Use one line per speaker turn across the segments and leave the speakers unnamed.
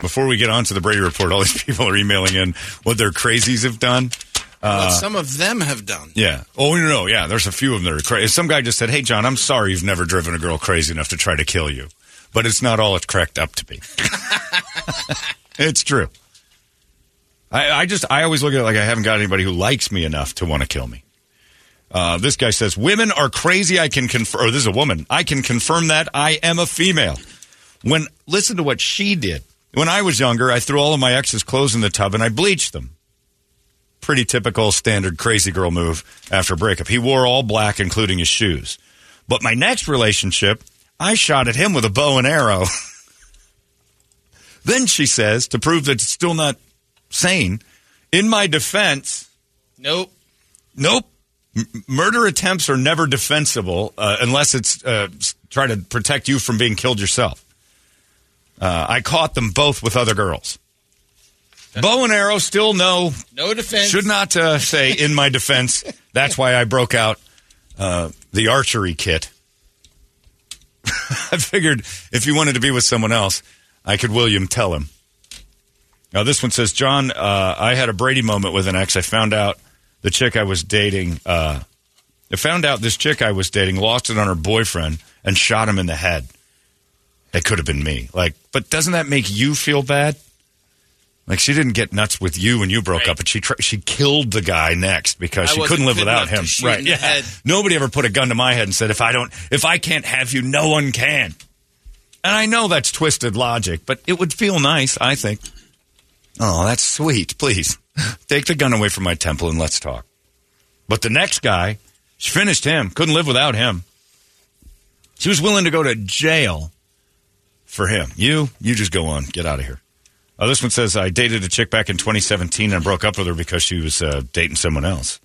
Before we get on to the Brady Report, all these people are emailing in what their crazies have done.
what some of them have done.
Yeah. Oh, no, no. Yeah. There's a few of them that are crazy. Some guy just said, Hey, John, I'm sorry you've never driven a girl crazy enough to try to kill you, but it's not all it cracked up to be. it's true. I, I just, I always look at it like I haven't got anybody who likes me enough to want to kill me. Uh, this guy says, Women are crazy. I can confirm, or this is a woman. I can confirm that I am a female. When, listen to what she did. When I was younger, I threw all of my ex's clothes in the tub and I bleached them pretty typical standard crazy girl move after a breakup. He wore all black, including his shoes. But my next relationship, I shot at him with a bow and arrow. then she says, to prove that it's still not sane, in my defense,
Nope.
nope. M- murder attempts are never defensible uh, unless it's uh, s- try to protect you from being killed yourself. Uh, I caught them both with other girls. Bow and arrow, still no
No defense.
should not uh, say in my defense. That's why I broke out uh, the archery kit. I figured if you wanted to be with someone else, I could William tell him. Now this one says, John, uh, I had a Brady moment with an ex. I found out the chick I was dating. Uh, I found out this chick I was dating lost it on her boyfriend and shot him in the head. It could have been me. Like, but doesn't that make you feel bad? Like she didn't get nuts with you when you broke
Right.
up, but she tri- she killed the guy next because
I
she
wasn't
couldn't live
good
without
enough to
him.
shoot
Right?
in the
Yeah.
head.
Nobody ever put a gun to my head and said, "If I don't, if I can't have you, no one can." And I know that's twisted logic, but it would feel nice, I think. Oh, that's sweet. Please take the gun away from my temple and let's talk. But the next guy, she finished him. Couldn't live without him. She was willing to go to jail for him. You, you just go on. Get out of here. Uh, this one says I dated a chick back in 2017 and broke up with her because she was uh, dating someone else.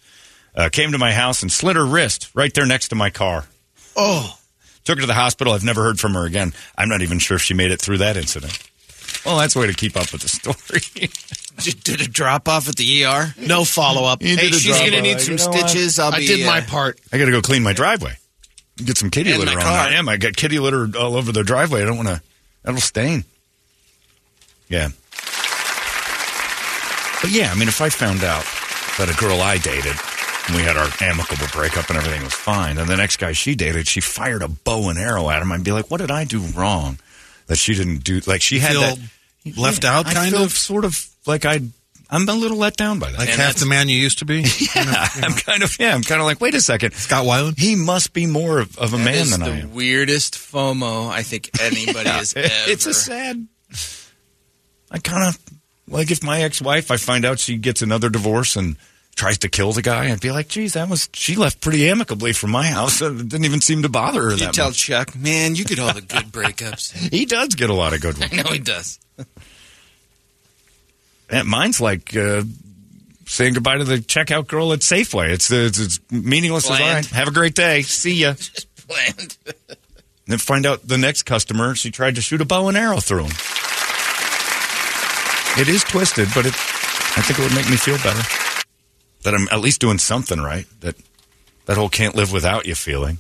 Uh, came to my house and slit her wrist right there next to my car.
Oh.
Took her to the hospital. I've never heard from her again. I'm not even sure if she made it through that incident. Well, that's a way to keep up with the story.
Did, did a drop off at the ER? No follow up. Hey,
did a
she's gonna
drop-off.
need some
You know what?
stitches. I'll
I
be,
did my
uh,
part.
I got to go clean my driveway. Get some kitty
And
litter
my
on.
car.
I am. I got kitty litter all over the driveway. I don't want to. That'll stain. Yeah. But yeah, I mean, if I found out that a girl I dated, and we had our amicable breakup and everything was fine, and the next guy she dated, she fired a bow and arrow at him, I'd be like, what did I do wrong that she didn't do? Like she had
Feel
that
left out,
I
kind
feel
of?
sort of like I. I'm a little let down by that.
Like
And
half
that's-
the man you used to be.
yeah, I'm kind of yeah. I'm kind of like, wait a second,
Scott Weiland?
He must be more of, of a
that
man
is
than
the
I am.
weirdest FOMO I think anybody has ever.
It's a sad. I kind of like if my ex-wife, I find out she gets another divorce and tries to kill the guy, I'd be like, geez, that was she left pretty amicably from my house. It didn't even seem to bother her
You
that
tell
much.
Chuck, man, you get all the good breakups.
He does get a lot of good ones.
I know he does.
And mine's like. Uh, Saying goodbye to the checkout girl at Safeway. It's it's, it's meaningless as
Bland.
I. Have a great day. See ya.
Planned.
And then find out the next customer, she tried to shoot a bow and arrow through him. It is twisted, but it, I think it would make me feel better that I'm at least doing something right. That that whole can't live without you feeling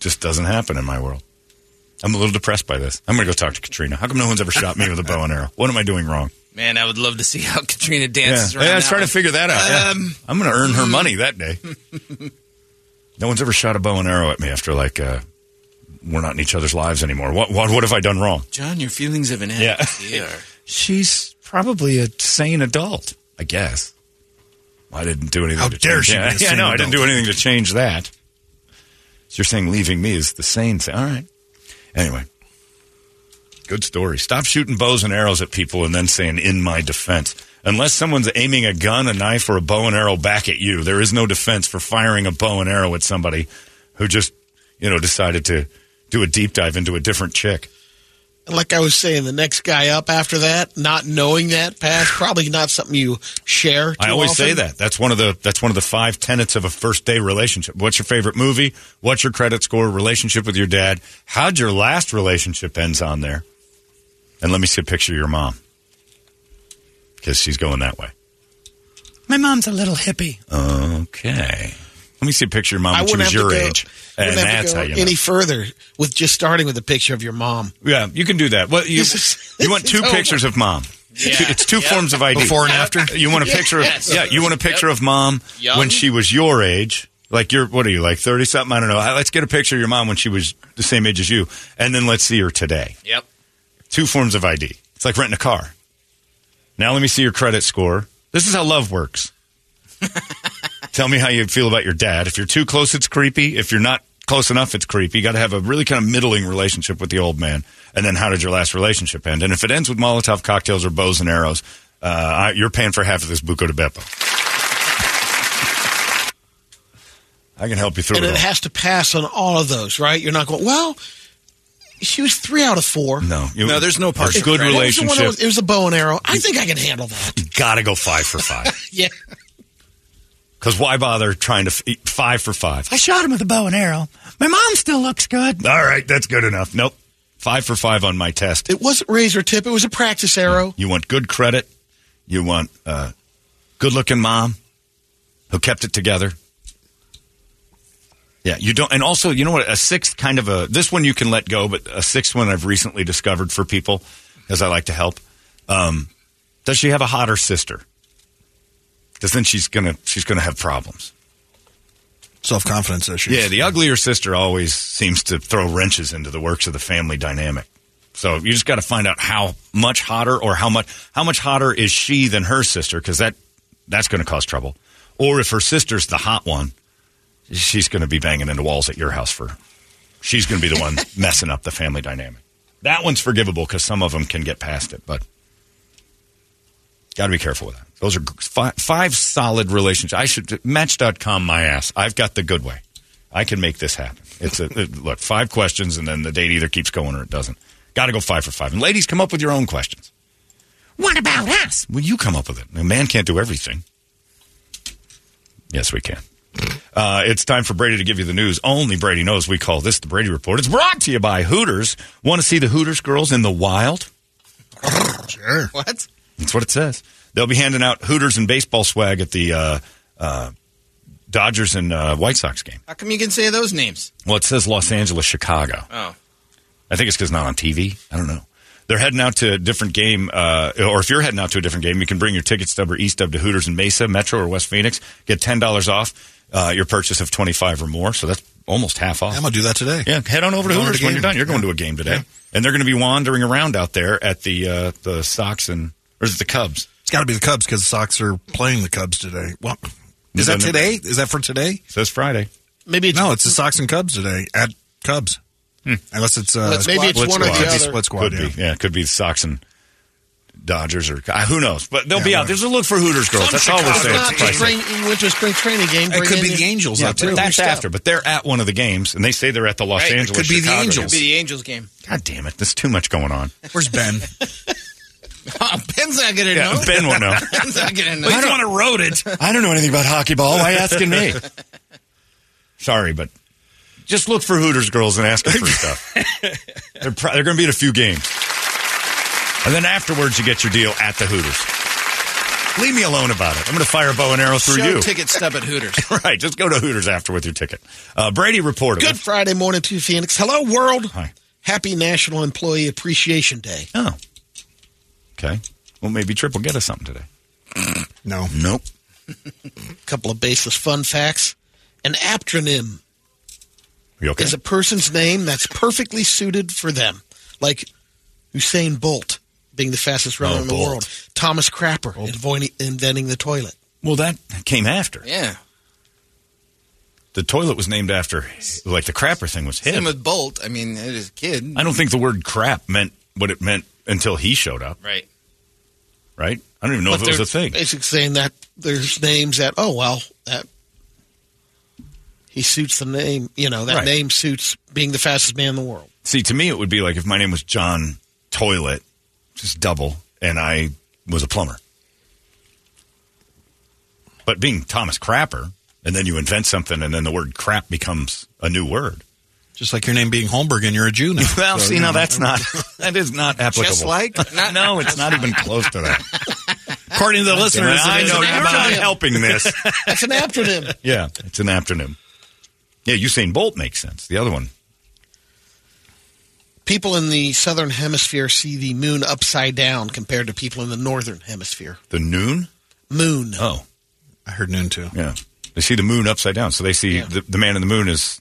just doesn't happen in my world. I'm a little depressed by this. I'm going to go talk to Katrina. How come no one's ever shot me with a bow and arrow? What am I doing wrong?
Man, I would love to see how Katrina
Yeah,
dances
yeah
around.
I was trying to figure that out. Yeah.
Um,
I'm going to earn her money that day. no one's ever shot a bow and arrow at me after like uh, we're not in each other's lives anymore. What what what have I done wrong?
John, your feelings have an end.
Yeah.
They are.
She's probably a sane adult, I guess. I didn't do anything.
How
to
dare
change.
she be
Yeah, yeah,
a sane
no, I didn't
adult.
do anything to change that. So you're saying leaving me is the sane thing? All right. Anyway, Good story. Stop shooting bows and arrows at people and then saying, in my defense. Unless someone's aiming a gun, a knife, or a bow and arrow back at you, there is no defense for firing a bow and arrow at somebody who just, you know, decided to do a deep dive into a different chick.
Like I was saying, the next guy up after that, not knowing that pass, probably not something you share. too
I always say
often.
that. That's one of the that's one of the five tenets of a first day relationship. What's your favorite movie? What's your credit score? Relationship with your dad? How'd your last relationship ends on there? And let me see a picture of your mom because she's going that way.
My mom's a little hippie.
Okay. Let me see a picture of your mom
I
when she
wouldn't
was
have
your
to go,
age, and
wouldn't have to
that's
go
how you know.
any further with just starting with a picture of your mom.
yeah, you can do that. Well, you
This is-
you want
this
two
is over.
pictures of mom. Two- It's two forms of ID.
Before and after?
You want a picture of yeah. You want a picture of mom
Young.
when she was your age. Like you're what are you like thirty something? I don't know. Uh, Let's get a picture of your mom when she was the same age as you, and then let's see her today.
Yep.
Two forms of ID. It's like renting a car. Now let me see your credit score. This is how love works. Tell me how you feel about your dad. If you're too close, it's creepy. If you're not close enough, it's creepy. You got to have a really kind of middling relationship with the old man. And then how did your last relationship end? And if it ends with Molotov cocktails or bows and arrows, uh, I, you're paying for half of this Buco de Beppo. I can help you through
And
it.
it
all.
has to pass on all of those, right? You're not going, well, she was three out of four.
no, you,
No, there's no
a
partial
good
credit.
What was the one
relationship.
that was- it was a bow and arrow. I think I can handle that.
Got to go five for five.
Yeah.
Because why bother trying to f- eat five for five?
I shot him with a bow and arrow. My mom still looks good.
All right, that's good enough. Nope. Five for five on my test.
It wasn't razor tip, it was a practice arrow.
You want good credit. You want uh, good looking mom who kept it together. Yeah, you don't. And also, you know what? A sixth kind of a this one you can let go, but a sixth one I've recently discovered for people because I like to help. Um, does she have a hotter sister? Because then she's gonna she's gonna have problems.
Self confidence issues.
Yeah, the uglier sister always seems to throw wrenches into the works of the family dynamic. So you just got to find out how much hotter or how much how much hotter is she than her sister because that that's going to cause trouble. Or if her sister's the hot one, she's going to be banging into walls at your house for. She's going to be the one messing up the family dynamic. That one's forgivable because some of them can get past it, but Got to be careful with that. Those are g- fi- five solid relationships. I should match.com my ass. I've got the good way. I can make this happen. It's a it- look, five questions and then the date either keeps going or it doesn't. Got to go 5 for 5. And ladies, come up with your own questions.
What about us?
Well, you come up with it. A man can't do everything. Yes, we can. Uh, it's time for Brady to give you the news. Only Brady knows we call this the Brady Report. It's brought to you by Hooters. Want to see the Hooters girls in the wild?
What?
That's what it says. They'll be handing out Hooters and baseball swag at the uh, uh, Dodgers and uh, White Sox game.
How come you can say those names?
Well, it says Los Angeles, Chicago.
Oh.
I think it's because not on TV. I don't know. They're heading out to a different game, uh, or if you're heading out to a different game, you can bring your ticket stub or e stub to Hooters in Mesa, Metro, or West Phoenix. Get ten dollars off uh, your purchase of twenty five or more. So that's almost half off.
I'm going to do that today.
Yeah, head on over to
Going to
Hooters
the
when you're
game.
done. You're going to a game today, and they're going to be wandering around out there at the uh, the Sox and or is it the Cubs?
It's got to be the Cubs because the Sox are playing the Cubs today. Well,
Is
is that
that-
today? Is that for today?
It says Friday.
Maybe it's
No, it's the Sox and Cubs today at Cubs. Unless it's uh,
Let's- maybe it's
split
one or
squad.
the
Could be
other.
Split squad.
Hmm. could
yeah.
be. Yeah, it could be the Sox and Dodgers or uh, who knows. But they'll
Yeah,
be out.
right.
There's a look for Hooters girls. That's all we're
If
saying.
not,
It's pricey.
just bring, you went to a spring training game.
It
bring
could
in
be
your-
the Angels
Yeah,
up
but
too.
that's after. But they're at one of the games, and they say they're at the Los
Right, it
Angeles.
could be the
Chicago game.
Angels.
It'd be the Angels game.
God damn it! There's too much going on.
Where's Ben?
Ben's not going to
Yeah,
know.
Ben won't know.
Ben's not going to know.
want to road it.
I don't know anything about hockey ball. Why asking me? Sorry, but just look for Hooters girls and ask them for stuff. they're pro- they're going to be at a few games, and then afterwards you get your deal at the Hooters. Leave me alone about it. I'm going to fire a bow and arrow through
Show
you.
ticket stub at Hooters.
right, just go to Hooters after with your ticket. Uh, Brady reported.
Good Friday morning to you, Phoenix. Hello, world.
Hi.
Happy National Employee Appreciation Day.
Oh. Okay. Well, maybe Trip will get us something today.
No.
Nope.
A couple of baseless fun facts. An aptronym
You okay?
is a person's name that's perfectly suited for them, like Usain Bolt being the fastest runner
Oh,
in the
Bolt.
world, Thomas Crapper invoini- inventing the toilet.
well, that came after.
Yeah.
The toilet was named after, like the crapper thing was him.
Same with Bolt. I mean, as a kid.
I don't think the word crap meant what it meant until he showed up,
Right.
right? I don't even know if
But
it was
they're
a thing.
Basically saying that there's names that oh well that he suits the name. You know that
Right.
name suits being the fastest man in the world.
See, to me, it would be like if my name was John Toilet, just double, and I was a plumber. But being Thomas Crapper, and then you invent something, and then the word crap becomes a new word.
Just like your name being Holmberg and you're a Jew now.
Well,
So,
see,
you
no,
know.
that's not. That is not applicable.
Just like?
no, it's not even close to that.
According to the listeners,
I
it is
know
an
you're not
acronym.
helping this.
That's an acronym.
yeah, it's an afternoon. Yeah, Usain Bolt makes sense. The other one,
people in the southern hemisphere see the moon upside down compared to people in the northern hemisphere.
the noon.
Moon.
Oh,
I heard noon too.
yeah. They see the moon upside down, so they see the, the man in the moon is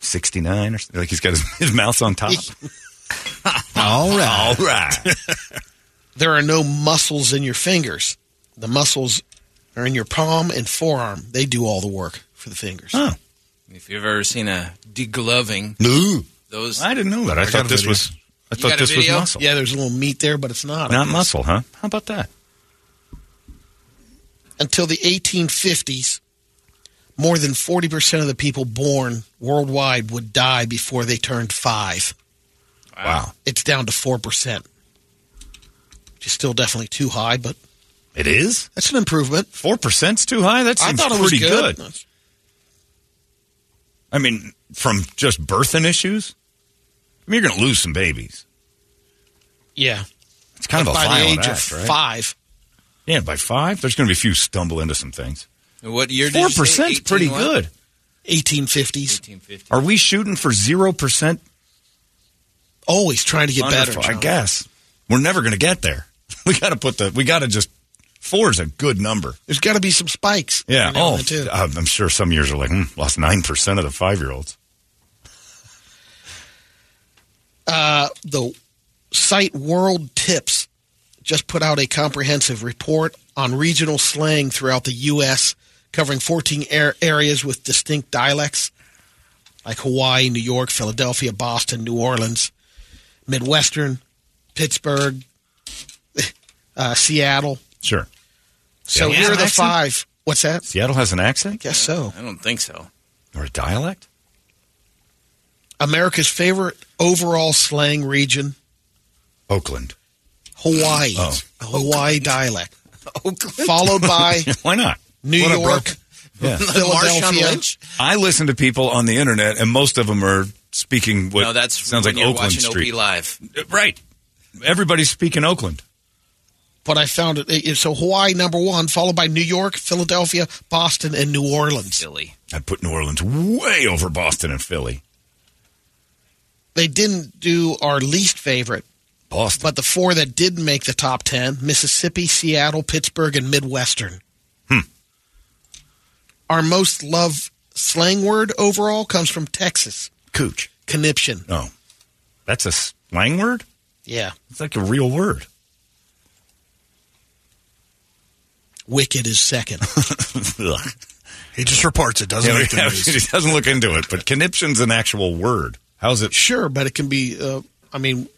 sixty nine or something. like he's got his, his mouth on top.
All right.
All right,
There are no muscles in your fingers. The muscles are in your palm and forearm. They do all the work for the fingers.
Oh.
If you've ever seen a degloving,
no,
those
I didn't know that. I,
got
thought
a
this
video.
was. I
got
thought
a
this was
video?
muscle,
Yeah, there's a little meat there, but it's not.
not muscle, huh? How about that?
Until the 1850s, more than 40% of the people born worldwide would die before they turned five.
wow.
It's down to 4%. Which is still definitely too high, but
it is.
that's an improvement.
Four percent's too high. That seems
I thought it was
pretty
good.
good. I mean, from just birthing issues, I mean, you're going to lose some babies.
Yeah.
It's kind of a
by the
violent
age
act,
of
right?
five.
Yeah, by five, there's going to be a few stumble into some things.
what year did
Four
you say?
percent's pretty
18 what?
good.
1850s.
1850.
Are we shooting for zero percent?
Always trying to get better.
I
John.
guess we're never going to get there. We got to put the. We got to just. Four is a good number.
There's got to be some spikes.
Yeah.
every now
Oh,
and then, too.
I'm I'm sure some years are like hmm, lost nine percent of the five year olds.
the site World Tips just put out a comprehensive report on regional slang throughout the U.S., covering 14 ar- areas with distinct dialects like Hawaii, New York, Philadelphia, Boston, New Orleans, Midwestern, Pittsburgh, uh, Seattle.
Sure.
So
Seattle
here
has
are
an
the
accent?
five. What's that?
Seattle has an accent
Guess so.
I don't think so.
or a dialect.
America's favorite overall slang region,
Oakland.
Hawaii.
Oh.
A Hawaii dialect. Followed by
Why not?
New
What a
York,
broke- Yeah.
Philadelphia.
I listen to people on the internet, and most of them are speaking what
no, that's
sounds
when
like
you're
Oakland
watching
Street.
OP live.
Right. Everybody's speaking Oakland.
But I found it- it. So Hawaii number one, followed by New York, Philadelphia, Boston, and New Orleans.
Silly.
I put New Orleans way over Boston and Philly.
They didn't do our least favorite,
Boston.
but the four that did make the top ten Mississippi, Seattle, Pittsburgh, and Midwestern.
Hmm.
Our most loved slang word overall comes from Texas
Cooch.
conniption.
Oh. That's a slang word?
Yeah.
It's like a real word.
Wicked is second.
Ugh.
He just reports it, doesn't make the news.
he doesn't look into it, but conniption's an actual word. How's it?
sure, but it can be. Uh, I mean,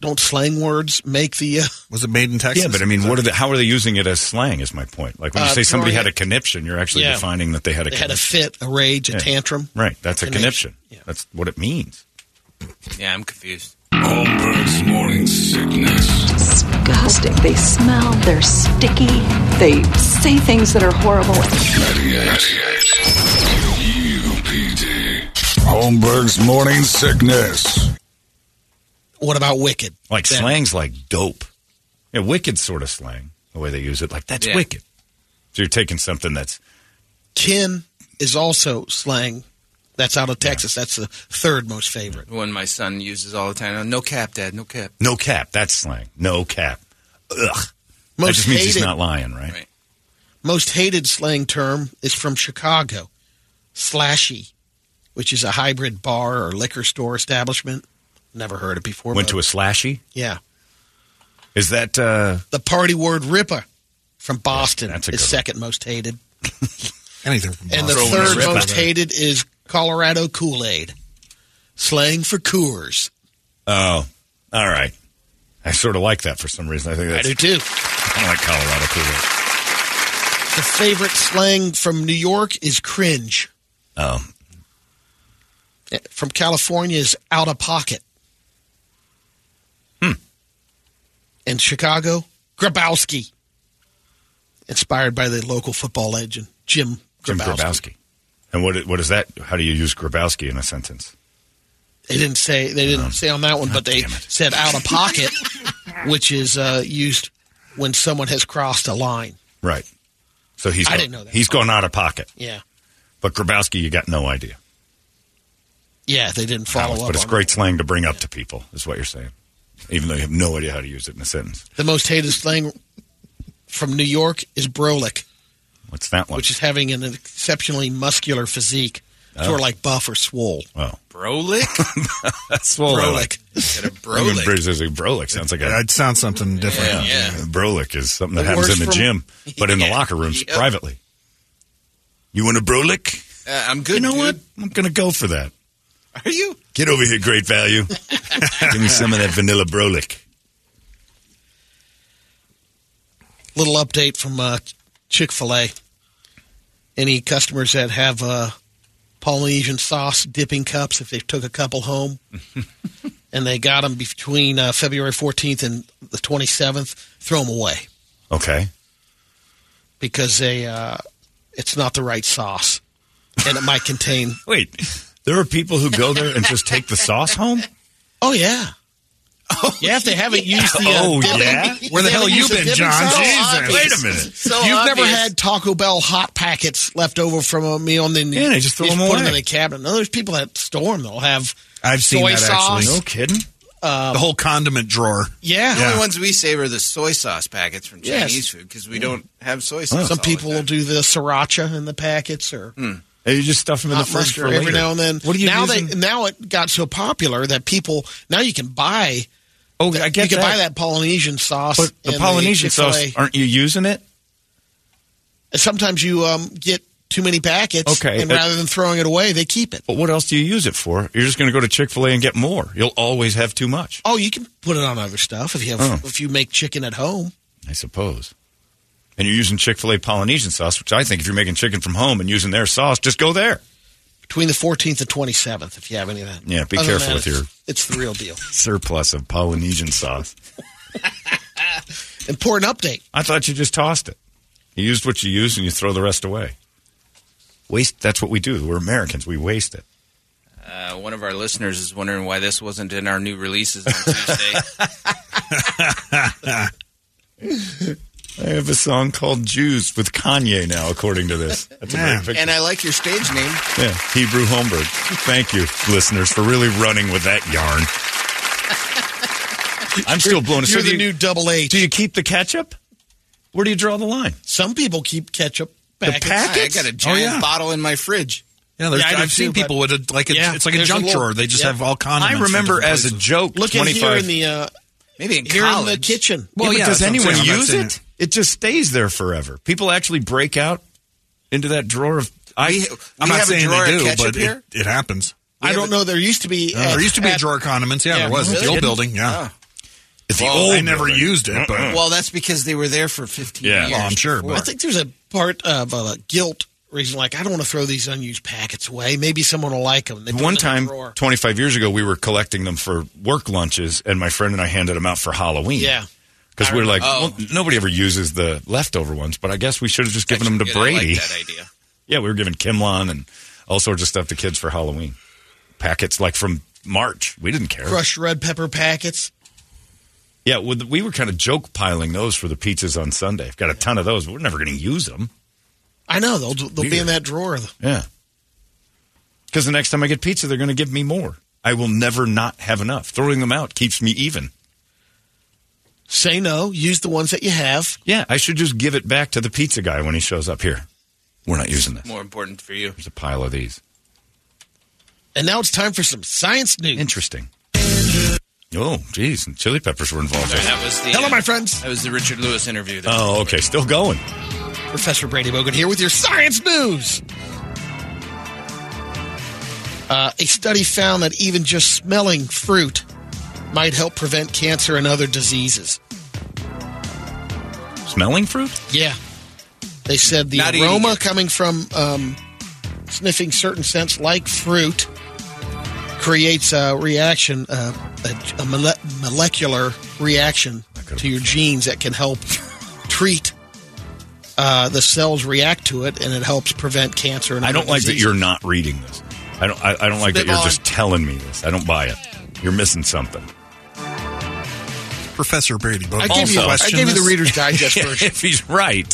don't slang words make the. Uh,
Was it made in Texas?
Yeah, but I mean, what are they, how are they using it as slang? Is my point. Like when you
Uh,
say somebody
throwing
had a
it-
conniption, you're actually
Yeah.
defining that they had a
they had a
conniption.
fit, a rage, a
Yeah.
tantrum.
right. That's a
Conniption.
conniption.
Yeah.
That's what it means.
Yeah, I'm confused.
Holmberg's morning sickness.
disgusting. They smell, they're sticky, they say things that are horrible.
98. UPD. Holmberg's morning sickness.
What about wicked?
Like
That-
slang's like dope. Yeah, wicked sort of slang, the way they use it. Like that's
Yeah.
wicked. So you're taking something that's
Kin is also slang. That's out of Texas. That's the third most favorite.
The one my son uses all the time. No cap, Dad. No cap.
no cap. That's slang. No cap. Ugh. that
Most
just means
hated,
he's not lying, right?
Right.
most hated slang term is from Chicago, slashy, which is a hybrid bar or liquor store establishment. Never heard it before.
Went
but-
to a slashy.
yeah.
Is that uh
The party word ripper from Boston
that's a
is
good one.
second most hated,
Anything from
and the
Boston.
third
Ripper.
most hated is Colorado Kool Aid, slang for Coors.
oh All right. I sort of like that for some reason. I think
I
that's
do too.
kind of like Colorado Kool-Aid.
The favorite slang from New York is cringe.
Oh,
From California is out of pocket. Hmm. And Chicago, Grabowski. Inspired by the local football legend, Jim
Jim
Grabowski.
Grabowski. And what what is that? How do you use Grabowski in a sentence?
They didn't say they didn't say on that one, but they
damn it.
said out of pocket, which is uh, used when someone has crossed a line.
Right. So he's
I
go-
didn't know that.
he's going out of pocket.
Yeah.
But Grabowski, you got no idea.
Yeah, they didn't
Alex,
follow up.
but it's
on
great slang to bring up to people, is what you're saying. Even though you have no idea how to use it in a sentence.
that. The most hated slang from New York is brolic,
What's that one?
which is having an exceptionally muscular physique, sort of like buff or swole.
oh,
Brolic?
that's swole.
Brolic.
Got a
Brolic.
brolic.
Brolic sounds like a
It sounds something
Yeah.
different.
yeah.
Brolic is something that
The
happens
worst
in the
from-
gym, but in the
Yeah.
locker rooms
Yep.
privately. You want a Brolic?
Uh, I'm good.
You know what?
dude.
I'm going to go for that.
Are you?
Get over here, great value. Give me some of that vanilla Brolic.
Little update from uh, Chick Fil A. Any customers that have uh, Polynesian sauce dipping cups, if they took a couple home, and they got them between uh, February 14th and the 27th, throw them away
Okay.
because they uh, it's not the right sauce, and it might contain.
Wait, there are people who go there and just take the sauce home?
Oh yeah. Oh, yeah, if they haven't used the uh,
Oh,
dipping-
yeah?
if
Where the
they
hell
haven't
you
used the
been,
dipping
John?
sauce-
Jesus.
Wait a minute.
So
You've never
obvious.
had Taco Bell hot packets left over from a meal, and then
Yeah, they just throw them
put
away.
them in a cabinet. No, there's people that store them. They'll have
I've seen
soy
that
sauce.
actually.
No kidding.
the whole condiment drawer.
Yeah,
The only ones we save are the soy sauce packets from
Yes.
Chinese food because we don't have soy sauce.
some
all
people
the
will
time.
do the sriracha in the packets or
And you just stuff them in the
hot
fridge Mm. for
mustard every
later.
now and then.
What do you
now?
using?
They now it got so popular that people now you can buy
oh, I get
you can
that.
buy that Polynesian sauce.
But the
and
Polynesian sauce,
Chick-fil-A.
aren't you using it?
Sometimes you um, get too many packets,
Okay,
and
but-
rather than throwing it away, they keep it.
But what else do you use it for? You're just going to go to Chick Fil A and get more. You'll always have too much,
Oh, you can put it on other stuff if you have
Oh.
if you make chicken at home.
I suppose. And you're using Chick Fil A Polynesian sauce, which I think if you're making chicken from home and using their sauce, just go there.
between the 14th and 27th if you have any of that.
Yeah, be
Other than
careful with
it's-
your-
It's the real deal.
Surplus of Polynesian sauce.
Important update.
I thought you just tossed it. You used what you used and you throw the rest away. Waste. That's what we do. We're Americans. We waste it.
Uh, one of our listeners is wondering why this wasn't in our new releases on Tuesday.
I have a song called Jews with Kanye now, according to this. That's a
Yeah.
great picture.
and I like your stage name.
Yeah, Hebrew Holmberg. Thank you, listeners, for really running with that yarn. I'm still blown.
You're
So do
the
you-
new double A.
Do you keep the ketchup? Where do you draw the line?
Some people keep ketchup
The
packets.
I
packets?
got a giant
yeah.
bottle in my fridge.
Yeah, there's,
Yeah, I do
I've seen
too,
people with a like a,
Yeah,
it's like a
there's a
junk
little-
drawer. They just
yeah.
have all condiments.
I
from
remember
different
as a
places.
joke.
Look at
25.
here in the uh,
Maybe in
here in
college.
the kitchen.
Well,
but
yeah,
does
that's what I'm
anyone
saying. I've
use
seen
it? It just stays there forever. People actually break out into that drawer of. I,
I'm
We
not
have a
saying
drawer of
they do,
ketchup
but it,
here?
it happens.
I don't know. There used to be. at-
Oh. there used to be a
at-
drawer of condiments. Yeah,
Yeah,
there was at the
really?
old building. Yeah,
it's
the old. I never used it, but
Hmm. Well, that's because they were there for 15
Yeah.
years.
well, I'm sure.
I
But
think there's a part of uh, guilt reason. Like I don't want to throw these unused packets away. Maybe someone will like them. They put
One
them in
time,
the drawer.
25 years ago, we were collecting them for work lunches, and my friend and I handed them out for Halloween.
Yeah.
Because we were like,
remember.
well, nobody ever uses the leftover ones, but I guess we should have just given them to
Good, I like
Brady.
that idea.
yeah, we were giving Kimlon and all sorts of stuff to kids for Halloween. Packets like from March. We didn't care.
crushed red pepper packets.
Yeah, well, th- we were kind of joke piling those for the pizzas on Sunday. I've got a ton of those, but we're never going to use them.
I know they'll they'll be in
Weird.
that drawer.
Yeah. Because the next time I get pizza, they're going to give me more. I will never not have enough. Throwing them out keeps me even.
Say no. Use the ones that you have.
Yeah, I should just give it back to the pizza guy when he shows up here. We're not using this.
More important for you.
There's a pile of these.
And now it's time for some science news.
Interesting. Oh, geez, and chili peppers were involved.
That was the uh,
Hello, my friends.
That was the Richard Lewis interview. That
Oh, okay, still going.
Professor Brady Bogan here with your science news. Uh, a study found that even just smelling fruit might help prevent cancer and other diseases.
Smelling fruit?
Yeah. They said the
Not eating
aroma
it.
coming from um, sniffing certain scents like fruit creates a reaction, uh, a, a mole- molecular reaction to your genes that can help treat uh, the cells react to it, and it helps prevent cancer. And
I don't
other
like that
diseases.
you're not reading this. I don't. I, I don't like that you're
Spitballing.
just telling me this. I don't buy it. You're missing something.
Professor Brady. But
I gave, you, I gave you the Reader's Digest version.
if he's right,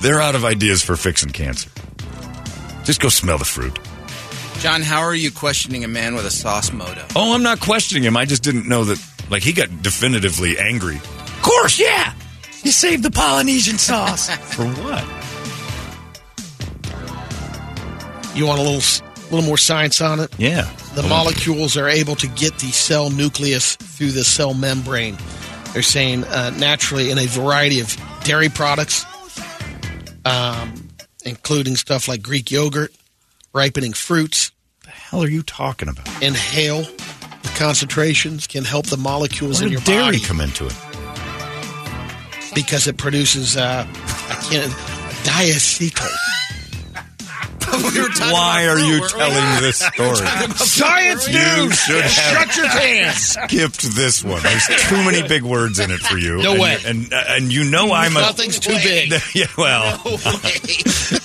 they're out of ideas for fixing cancer. Just go smell the fruit.
John, how are you questioning a man with a sauce moto?
Oh, I'm not questioning him. I just didn't know that. Like he got definitively angry. Of course, yeah.
You saved the Polynesian sauce.
For what?
You want a little, s- little more science on it?
Yeah.
The molecules are able to get the cell nucleus through the cell membrane. They're saying uh, naturally in a variety of dairy products, um, including stuff like Greek yogurt, ripening fruits.
the hell are you talking about?
Inhale the concentrations can help the molecules
Where
in your
did dairy
body
come into it?
because it produces uh, I can't diacetyl.
Why are you telling this story?
Science
You should have
your pants.
skipped this one. There's too many big words in it for you.
No
and,
way.
And uh, and you know I'm a
Nothing's too big.
yeah. Well,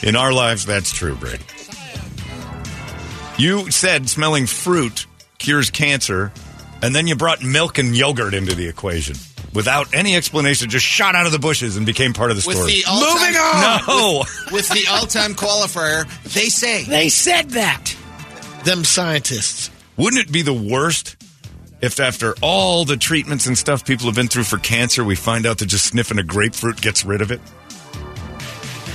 in our lives, that's true, Brady. You said smelling fruit cures cancer, and then you brought milk and yogurt into the equation without any explanation. Just shot out of the bushes and became part of the
With
story.
the all-time- Moving
on. No.
With the all-time qualifier, they say.
they said that.
Them scientists.
Wouldn't it be the worst if, after all the treatments and stuff people have been through for cancer, we find out that just sniffing a grapefruit gets rid of it?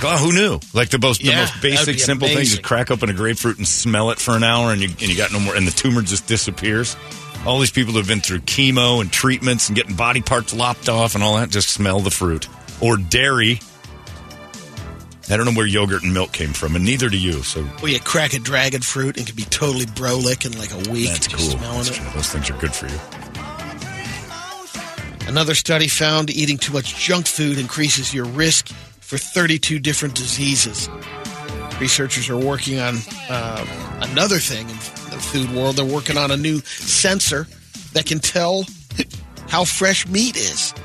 God, who knew? Like the most,
Yeah,
the most
that'd
basic,
be
simple thing: you
amazing.
crack open a grapefruit and smell it for an hour, and you and you got no more, and the tumor just disappears. All these people who've been through chemo and treatments and getting body parts lopped off and all that, just smell the fruit or dairy. I don't know where yogurt and milk came from, and neither do you. So
Well, you crack a dragon fruit and can be totally brolic in like a week.
that's
just
cool.
Smelling
That's
it.
true. Those things are good for you.
Another study found eating too much junk food increases your risk for 32 different diseases. Researchers are working on uh, another thing in the food world. They're working on a new sensor that can tell how fresh meat is.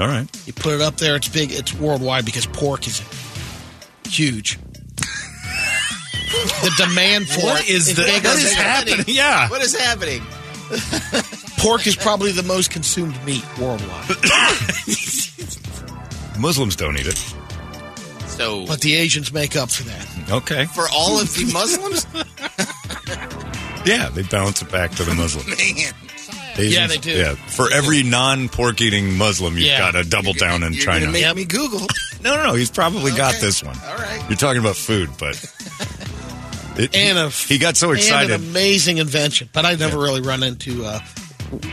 All right.
You put it up there, it's big, it's worldwide because pork is huge. the demand for
What
it
is the-
big
what
on
is
the-
happening?
Yeah.
What is happening?
Pork is probably the most consumed meat worldwide,
Muslims don't eat it.
So,
but the Asians make up for that.
Okay.
for all of the Muslims?
Yeah, they balance it back to the Muslim.
Man.
Yeah, they do.
Yeah. For every non pork eating Muslim, you've
Yeah.
got a double down in
You're
China.
gonna make me Google.
no, no, no. He's probably got
Okay.
this one.
All right.
You're talking about food, but. It,
And a-
he got so excited.
And an amazing invention, but I never really run into uh,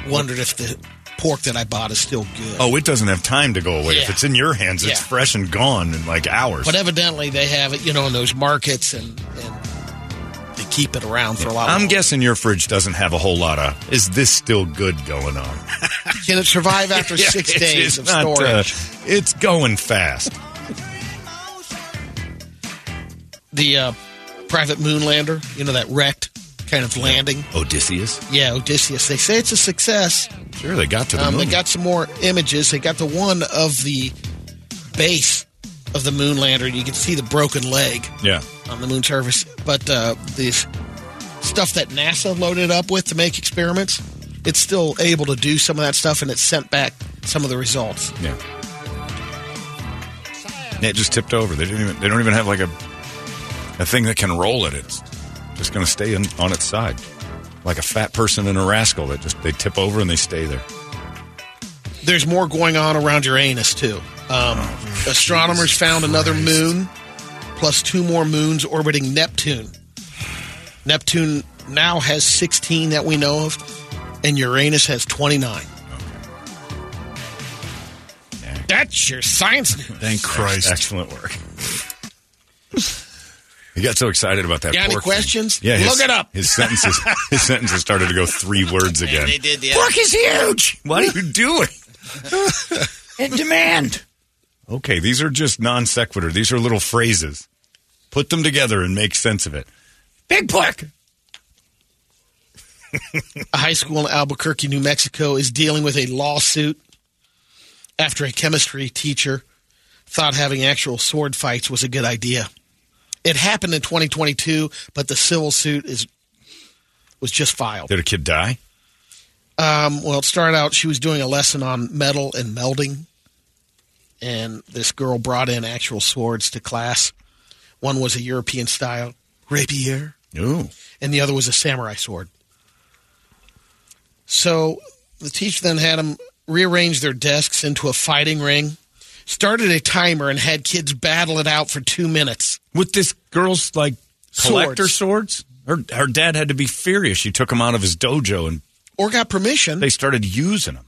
wondered if the pork that I bought is still good.
oh, it doesn't have time to go away. If
Yeah.
it's in your hands, it's
Yeah.
fresh and gone in like hours.
But evidently they have it, you know, in those markets and, and they keep it around for a while.
I'm guessing your fridge doesn't have a whole lot of, is this still good going on?
Can it survive after
Yeah,
six
it's-
days
it's
of
not, uh,
storage?
it's going fast.
the uh, private moon lander, you know, that wrecked kind of landing.
Odysseus?
Yeah, Odysseus. They say it's a success.
Sure, they got to the
Um,
moon.
they got some more images. They got the one of the base of the moon lander. You can see the broken leg.
yeah.
on the moon surface, but uh, this stuff that NASA loaded up with to make experiments, it's still able to do some of that stuff, and it sent back some of the results.
Yeah. Yeah, it just tipped over. They didn't even. They don't even have like a a thing that can roll it. It's just going to stay in, on its side, like a fat person and a rascal that just they tip over and they stay there.
There's more going on around Uranus too. Um, astronomers found another moon, plus two more moons orbiting Neptune. Neptune now has 16 that we know of, and Uranus has 29. That's your science news.
Thank Christ.
Excellent work. He got so excited about that.
Got any
pork thing.
questions?
Yeah, his-
Look it up.
His sentences, his sentences started to go three words again.
They did, yeah.
Pork is huge
What are you doing?
in demand.
Okay, these are just non sequitur. These are little phrases. Put them together and make sense of it.
Big pork.
A high school in Albuquerque, New Mexico is dealing with a lawsuit after a chemistry teacher thought having actual sword fights was a good idea. It happened in 2022, but the civil suit is was just filed.
Did a kid die?
Um, well, it started out she was doing a lesson on metal and melding, and this girl brought in actual swords to class. One was a European style rapier,
No.
and the other was a samurai sword. So the teacher then had them rearrange their desks into a fighting ring, started a timer, and had kids battle it out for two minutes.
With this girl's like collector
Swords.
swords? Her, her dad had to be furious. She took him out of his dojo and
Or got permission.
they started using him.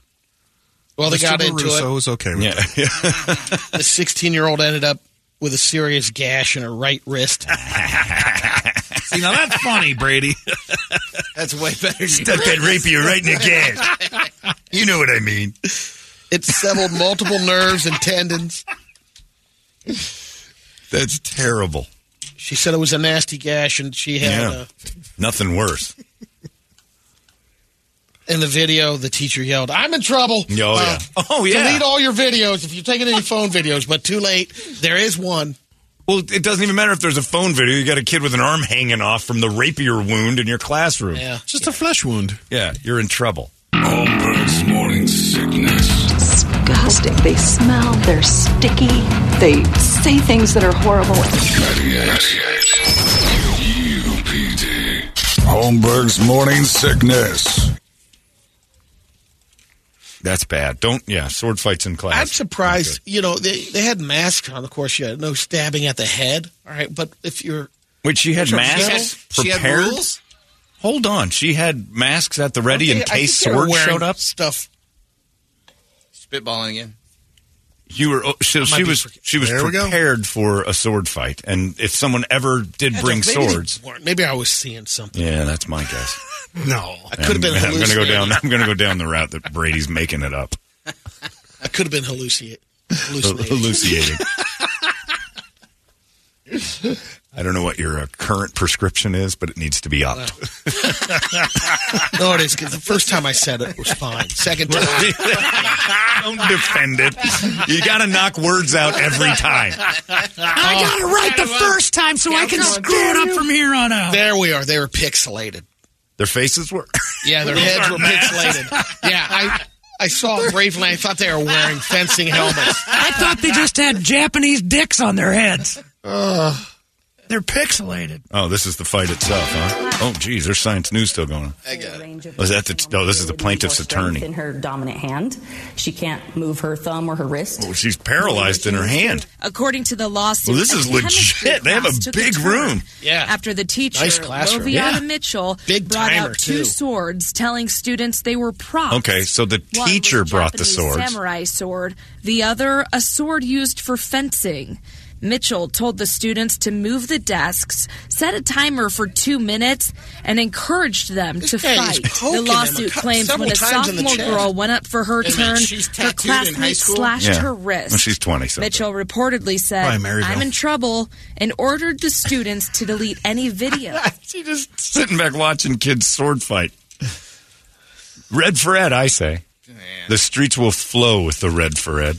well, they
Mr.
got into
Russo
it.
was okay with that.
The 16 year old ended up with a serious gash in her right wrist.
See, now that's funny, Brady.
That's way better. Than
Stuck that rapier right in the gas. you know what I mean.
It severed multiple nerves and tendons.
That's terrible.
She said it was a nasty gash, and she had.
Yeah.
Uh,
Nothing worse.
in the video, the teacher yelled, "I'm in trouble."
Oh, yeah. Oh, yeah.
Delete all your videos if you're taking any phone videos, but too late. There is one.
Well, it doesn't even matter if there's a phone video. You got a kid with an arm hanging off from the rapier wound in your classroom.
Yeah.
Just a flesh wound.
Yeah, you're in trouble.
Holmberg's morning sickness.
Disgusting. They smell, they're sticky, they say things that are horrible.
98. UPD. Holmberg's morning sickness.
That's bad. Don't, yeah, sword fights in class.
I'm surprised. You know, they they had masks on. Of course, you had no stabbing at the head. All right, but if you're
Wait, she had masks
she had
prepared?
rules.
Hold on. She had masks at the ready in
I think
case
they were
sword
wearing
showed up?
stuff.
Spitballing again.
You were, oh, so she
might be
was,
forget-
she was
There we go.
prepared for a sword fight. And if someone ever did bring
Maybe they
swords.
weren't. Maybe I was seeing something.
Yeah, that's my guess.
No.
I could have been.
I'm going to go
hallucinating.
down. I'm going to go down the route that Brady's making it up,
I could have been hallucinating. hallucinating.
hallucinating. I don't know what your uh, current prescription is, but it needs to be upped.
no, it is because the first time I said it was fine. Second time,
Don't defend it. You got to knock words out every time.
I got it right the first time so I can screw it up from here on out.
there we are. They were pixelated.
Their faces were.
Yeah, their heads were pixelated. Yeah, I I saw bravely. I thought they were wearing fencing helmets.
I thought they just had Japanese dicks on their heads. They're pixelated.
Oh, this is the fight itself, huh? Oh, geez, there's science news still going on.
I got it.
Was that the? No, this Oh, is the plaintiff's attorney.
her dominant hand. She can't move her thumb or her wrist.
Oh, she's paralyzed in her hand.
According to the lawsuit,
Well, this is
a chemistry
legit. They have a
class took
big
turn
room.
Yeah.
After the teacher,
Nice classroom.
Loviana
Yeah.
Mitchell,
Big
brought
timer,
out two
too.
swords, telling students they were props.
Okay, so the
One was a
teacher brought the
Japanese
swords.
samurai sword, the other a sword used for fencing. Mitchell told the students to move the desks, set a timer for two minutes, and encouraged them to
guy is
fight.
poking
The
him a
lawsuit
cou-
claims
several
when a
times in the
sophomore
chest.
girl went up for her
And
turn,
she's
her
tattooed in high
classmate
school?
slashed
Yeah.
her wrist.
Well, she's 20-something.
Mitchell reportedly said,
Probably Maryville.
I'm in trouble, and ordered the students to delete any video.
She just sitting back watching kids sword fight. Red for red, I say. The streets will flow with the red for red.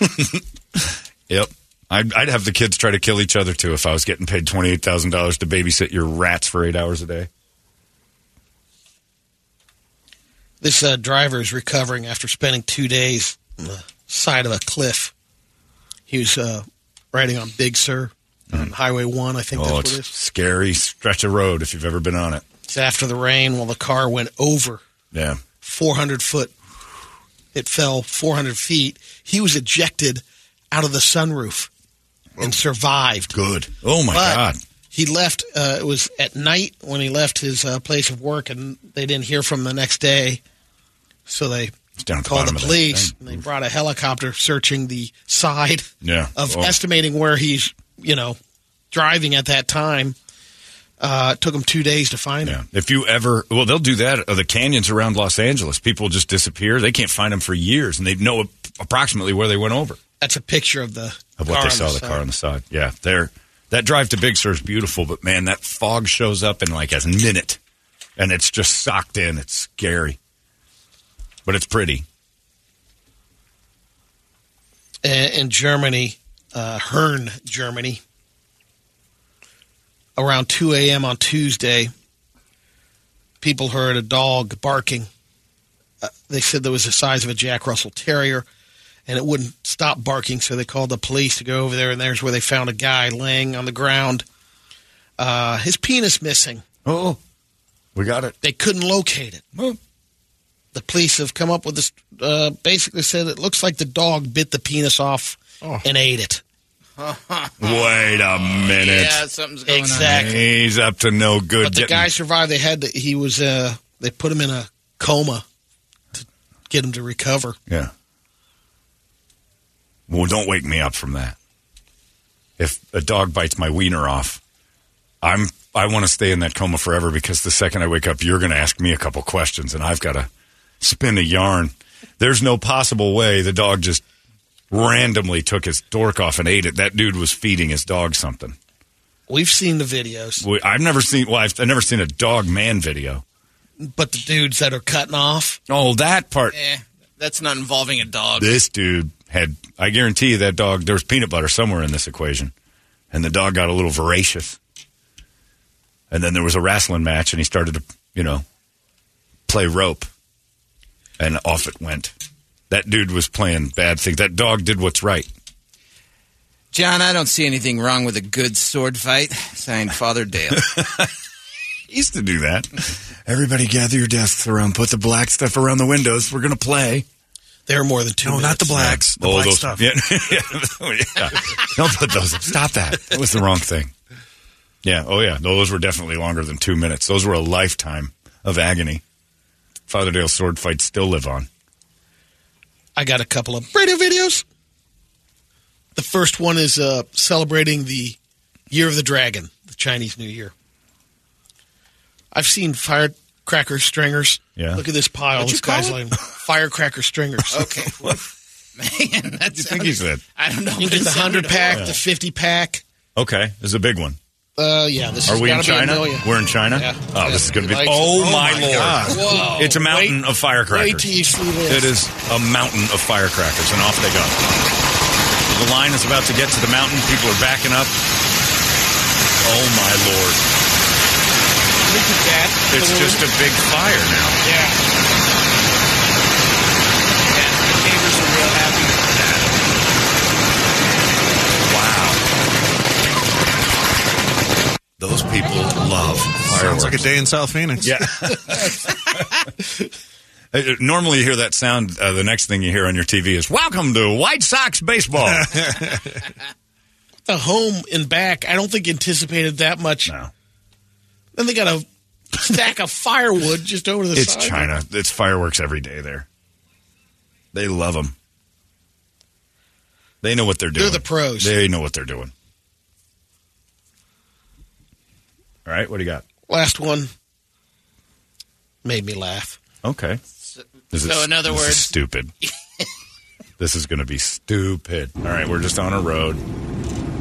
yep. I'd, I'd have the kids try to kill each other too if I was getting paid $28,000 to babysit your rats for eight hours a day.
This uh, driver is recovering after spending two days on the side of a cliff. He was uh, riding on Big Sur on Highway 1, I think that's
Hmm. Oh,
what
it's
it
a
is.
scary stretch of road if you've ever been on it.
It's after the rain while the car went over
Yeah.
400 foot. It fell 400 feet. He was ejected out of the sunroof and survived.
Good. Oh, my
But
God.
He left. Uh, it was at night when he left his uh, place of work, and they didn't hear from him the next day. So they
down at the
called
bottom
the
of that
police.
thing.
and they brought a helicopter searching the side
Yeah.
of
Oh.
estimating where he's, you know, driving at that time. Uh, it took them two days to find him.
If you ever, well, they'll do that. Uh, the canyons around Los Angeles, people just disappear. They can't find them for years, and they know ap- approximately where they went over
That's a picture of the
of what
car
they
on
saw the, car
side.
on the side. Yeah, there. That drive to Big Sur is beautiful, but man, that fog shows up in like a minute, and it's just socked in. It's scary, but it's pretty.
in, uh, in Germany, uh, Hern, Germany, around 2 a.m. on Tuesday, people heard a dog barking. Uh, they said there was the size of a Jack Russell Terrier, and it wouldn't stop barking, so they called the police to go over there, and there's where they found a guy laying on the ground, uh, his penis missing.
Oh, we got it.
They couldn't locate it. The police have come up with this. Uh, basically, said it looks like the dog bit the penis off and ate it.
Wait a minute.
Yeah, something's going
Exactly.
He's up to no good.
But the
getting-
guy survived. They had to, he was uh they put him in a coma to get him to recover.
Yeah. Well, don't wake me up from that. If a dog bites my wiener off, I'm I want to stay in that coma forever because the second I wake up, you're going to ask me a couple questions, and I've got to spin a yarn. There's no possible way the dog just randomly took his dork off and ate it. That dude was feeding his dog something.
We've seen the videos,
We- I've never seen. Well, I've, I've never seen a dog man video.
but the dudes that are cutting off.
Oh, that part.
on. Eh, that's not involving a dog.
This dude had, I guarantee you that dog, there was peanut butter somewhere in this equation. And the dog got a little voracious. And then there was a wrestling match and he started to, you know, play rope. And off it went. That dude was playing bad things. That dog did what's right.
John, I don't see anything wrong with a good sword fight. Signed, Father Dale.
He used to do that. Everybody gather your desks around, put the black stuff around the windows. We're going to play.
They're more than two.
No, not
minutes.
the blacks. The
Oh,
black
those-
stuff.
Yeah, yeah. Yeah. Don't put those up. Stop that. That was the wrong thing. Yeah. Oh, yeah. No, those were definitely longer than two minutes. Those were a lifetime of agony. Father Dale's sword fights still live on.
I got a couple of radio videos. The first one is uh, celebrating the Year of the Dragon, the Chinese New Year. I've seen firecracker stringers.
Yeah.
Look at this pile.
What'd you
This guy's
call
like firecracker stringers.
Okay. Man, that's.
you think he said?
I don't know.
You
but
can
it
get the
sounded
hundred pack,
horrible.
the fifty pack.
Okay. This is a big one.
Uh, yeah. This
Are
has
we in
gotta be a
China?
million.
We're in China?
Yeah.
Oh,
Yeah.
this is going to be.
Like-
oh,
oh
my,
my
Lord.
God. Whoa.
It's a mountain of firecrackers.
Wait till you see this.
It is a mountain of firecrackers, and off they go. The line is about to get to the mountain. People are backing up. Oh my lord!
Look at that.
It's just a big fire now.
yeah.
The neighbors
Wow!
are real happy about that.
Those people love
Sounds
fireworks.
like a day in South Phoenix.
yeah. Uh, Normally, you hear that sound. Uh, the next thing you hear on your TV is "Welcome to White Sox baseball."
The home and back. I don't think anticipated that much.
no.
Then they got a stack of firewood just over the
It's
side.
China. It's fireworks every day there. They love them. They know what they're doing.
They're the pros.
They know what they're doing. All right, what do you got?
Last one made me laugh.
Okay. This
so in other
this is
words-
stupid. this is going to be stupid. All right, we're just on a road.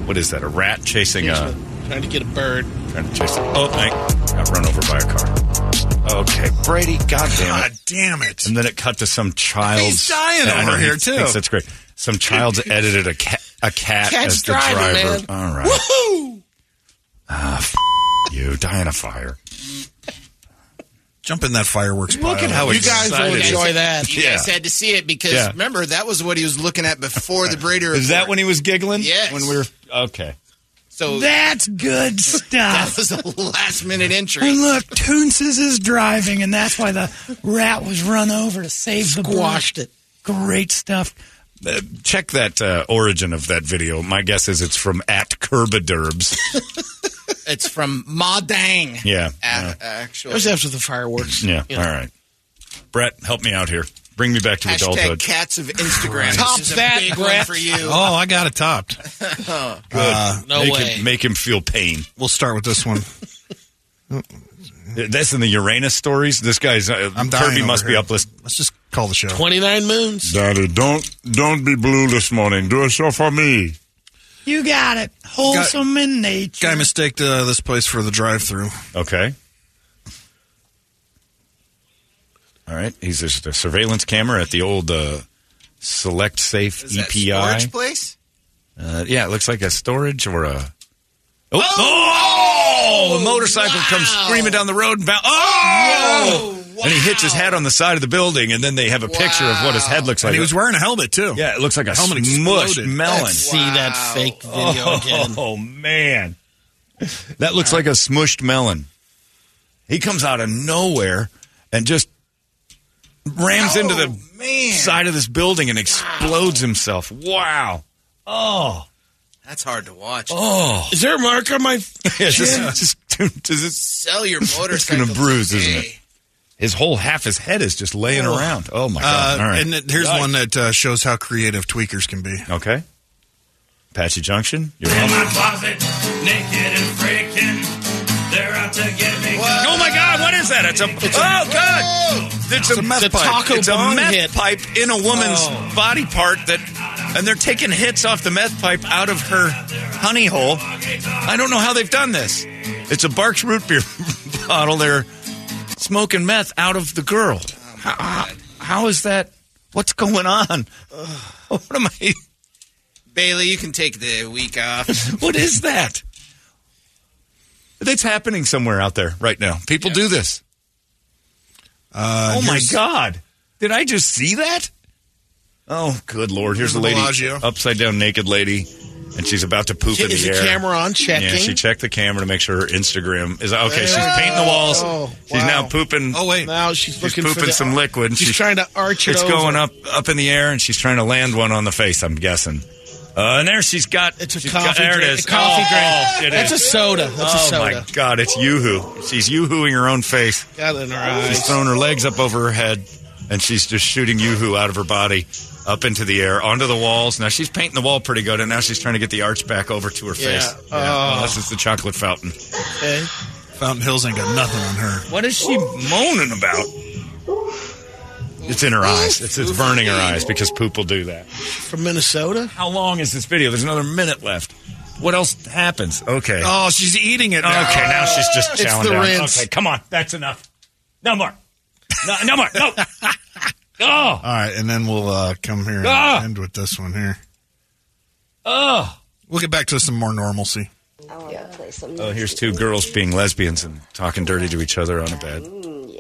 What is that? A rat chasing a
Trying to get a bird.
trying to chase. A, oh, thank. Got run over by a car. Okay, Brady. God damn
God
it.
damn it.
And then it cut to some child.
He's dying over here, too.
Thinks that's great. Some child's edited a cat, a cat
Cat's
as the
driving,
driver.
man.
All right. Ah,
Woohoo!
You die in a fire.
Jump in that fireworks pile.
Look at how
You guys will
excited.
enjoy that.
You guys had to see it because
Yeah.
remember that was what he was looking at before the Brader.
Is that
report.
when he was giggling?
Yes.
When we were okay.
So that
That's good stuff.
was a last minute
And
entry.
look, Toonses is driving, and that's why the rat was run over to save the
Squashed
bird.
it.
Great stuff.
Uh, check that uh, origin of that video. My guess is it's from at Kerbaderbs.
It's from Ma Dang.
Yeah.
A- actually.
It was after the fireworks.
Yeah.
You know.
All right. Brett, help me out here. Bring me back to
Hashtag
adulthood.
cats of Instagram.
Top
this is
that,
a big
Brett.
one for you.
Oh, I got it topped.
Good.
Uh,
No
make
way.
Him, make him feel pain.
We'll start with this one.
That's in the Uranus stories. This guy's uh,
I'm dying.
Kirby
over
must be
here.
up list.
Let's just call the show.
29 moons.
Daddy, don't don't be blue this morning. Do a show for me.
You got it. Wholesome in nature.
Guy mistaked uh, this place for the drive-through.
Okay. All right. He's just a surveillance camera at the old uh, Select Safe E
Is that storage
EPI.
place?
Uh, yeah, it looks like a storage or a. Oh! Oh! a motorcycle comes screaming down the road. And ba- oh! And he hits his head on the side of the building, and then they have a picture of what his head looks like.
And he was wearing a helmet, too.
yeah, it looks like a
Helmet
smushed
exploded.
melon.
Let's see that fake video again.
Oh man, that looks like a smushed melon. He comes out of nowhere and just rams into
Oh,
the side of this building and explodes himself. Wow. Oh,
That's hard to watch.
oh.
Is there a mark on my?
Yeah, just, just, just-
Sell your motorcycle.
gonna bruise,
today.
isn't it? his whole half his head is just laying around. Oh my
Uh,
god! All right.
And it- here's one that uh, shows how creative tweakers can be.
okay. Apache Junction. You're
In
in.
my closet, naked and freaking. They're out to get me.
Oh my God! What is that? It's a oh God! It's a meth
the
pipe.
taco
it's a
bong
meth
hit.
pipe in a woman's body part that, and they're taking hits off the meth pipe out of her honey hole. I don't know how they've done this. It's a Barks root beer bottle. They're smoking meth out of the girl. How- how is that? What's going on? What am I?
Bailey, you can take the week off.
What is that? That's happening somewhere out there right now. People do this.
Uh,
oh my
here's-
God! Did I just see that? Oh, good Lord! Here's a lady,
Bellagio.
upside down naked lady, and she's about to poop in the
Is the
air.
camera on? Checking.
Yeah, she checked the camera to make sure her Instagram is okay. She's painting the walls.
Oh,
She's now
wow.
pooping.
Oh, wait.
Now she's,
she's
looking
pooping
for the,
some liquid. and
She's trying to arch it.
It's
over.
going up, up in the air, and she's trying to land one on the face. I'm guessing. Uh, and there she's got.
It's a
she's
coffee
got- there
drink.
it is.
A coffee
Oh,
drink.
oh, it
That's
is.
a soda. That's a
oh
soda.
my God! It's yoo-hoo. She's yoo-hooing her own face.
Got it in her
She's
eyes.
thrown her legs up over her head, and she's just shooting yoo-hoo out of her body, up into the air, onto the walls. Now she's painting the wall pretty good, and now she's trying to get the arch back over to her
Yeah.
face.
Oh.
Oh, this is the chocolate fountain.
Okay.
Fountain Hills ain't got nothing on her.
What is she moaning about? It's in her eyes. It's, it's burning her eyes because poop will do that.
From Minnesota.
How long is this video? There's another minute left. What else happens? Okay.
Oh, she's eating it. now.
Okay, now she's just
It's
chowing
the
down.
rinse.
Okay, come on. That's enough. No more. No, no more. No. Oh.
All right, and then we'll uh, come here and
Ah!
end with this one here.
Oh.
We'll get back to some more normalcy.
Oh, here's two girls being lesbians and talking dirty to each other on a bed.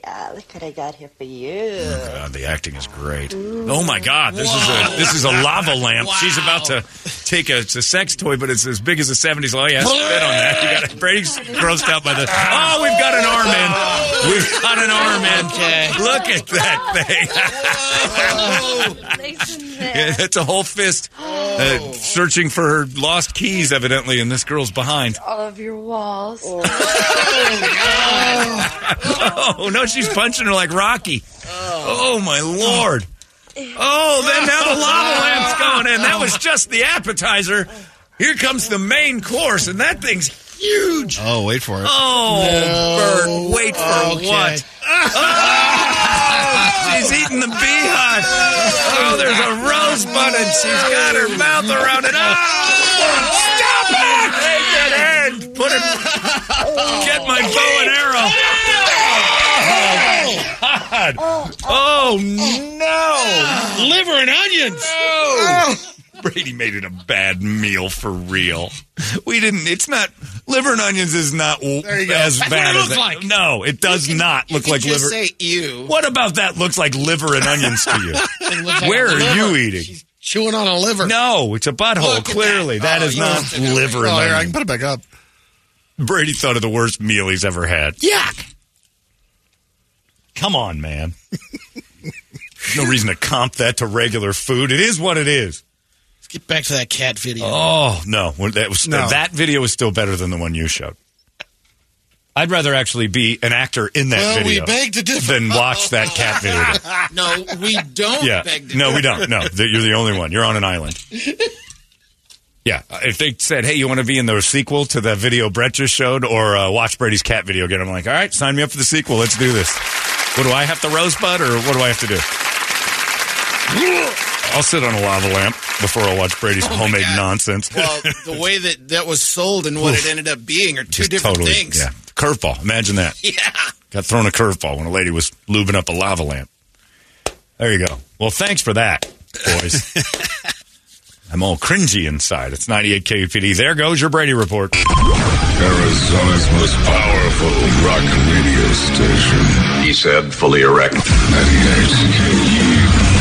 Yeah, look what I got here for you.
God, Uh, the acting is great. Oh my God, this is a this is a lava lamp. She's about to take a, it's a sex toy, but it's as big as a '70s. Oh yeah, spit on that. You got it. Brady's grossed out by the. Oh, we've got an arm in. We've got an arm in. Look at that thing. Yeah, that's a whole fist uh, searching for her lost keys, evidently, and this girl's behind.
All of your walls.
Oh no, she's punching her like Rocky. Oh, my lord. Oh, then now the lava lamp's going in. That was just the appetizer. Here comes the main course, and that thing's huge.
Oh, wait for it.
Oh, Bert, wait for
Okay.
what? Oh, she's eating the beehive. Oh, there's a rosebud, and she's got her mouth around it. Oh, stop it! Take that end. Put it. Get my bow and arrow. Oh, God. Oh, no.
Liver and onions.
Brady made it a bad meal for real. We didn't. It's not liver and onions is not w- as bad as
it looked
that.
like.
No, it does not look like
you
liver.
just say ew.
what about that? Looks like liver and onions to you? Where are you eating?
Chewing on a liver.
No, it's a butthole.
Look at
clearly,
that.
that
Oh,
is
you
not
must have known.
liver and
Oh, here, I
onions.
can put it back up.
Brady thought of the worst meal he's ever had. Yuck! Come on, man. There's no reason to comp that to regular food. It is what it is.
Let's get back to that cat video.
Oh no, Well, that was
No.
that video was still better than the one you showed. I'd rather actually be an actor in that
Well, we
video
beg to differ.
than watch that cat video.
no, we don't
yeah.
beg to
no,
differ.
we don't. No, th- you're the only one. You're on an island. Yeah. Uh, If they said, hey, you want to be in the sequel to the video Brett just showed or uh, watch Brady's cat video again, I'm like, all right, sign me up for the sequel. Let's do this. What do I have to rosebud or what do I have to do? I'll sit on a lava lamp before I watch Brady's
Oh my
homemade
God.
nonsense.
Well, the way that that was sold and what
Oof.
it ended up being are two
Just
different
totally,
things.
Yeah. Curveball. Imagine that.
Yeah.
Got thrown a curveball when a lady was lubing up a lava lamp. There you go. Well, thanks for that, boys. I'm all cringy inside. It's 98 KUPD. There goes your Brady report.
Arizona's most powerful rock radio station. He said, fully erect. 98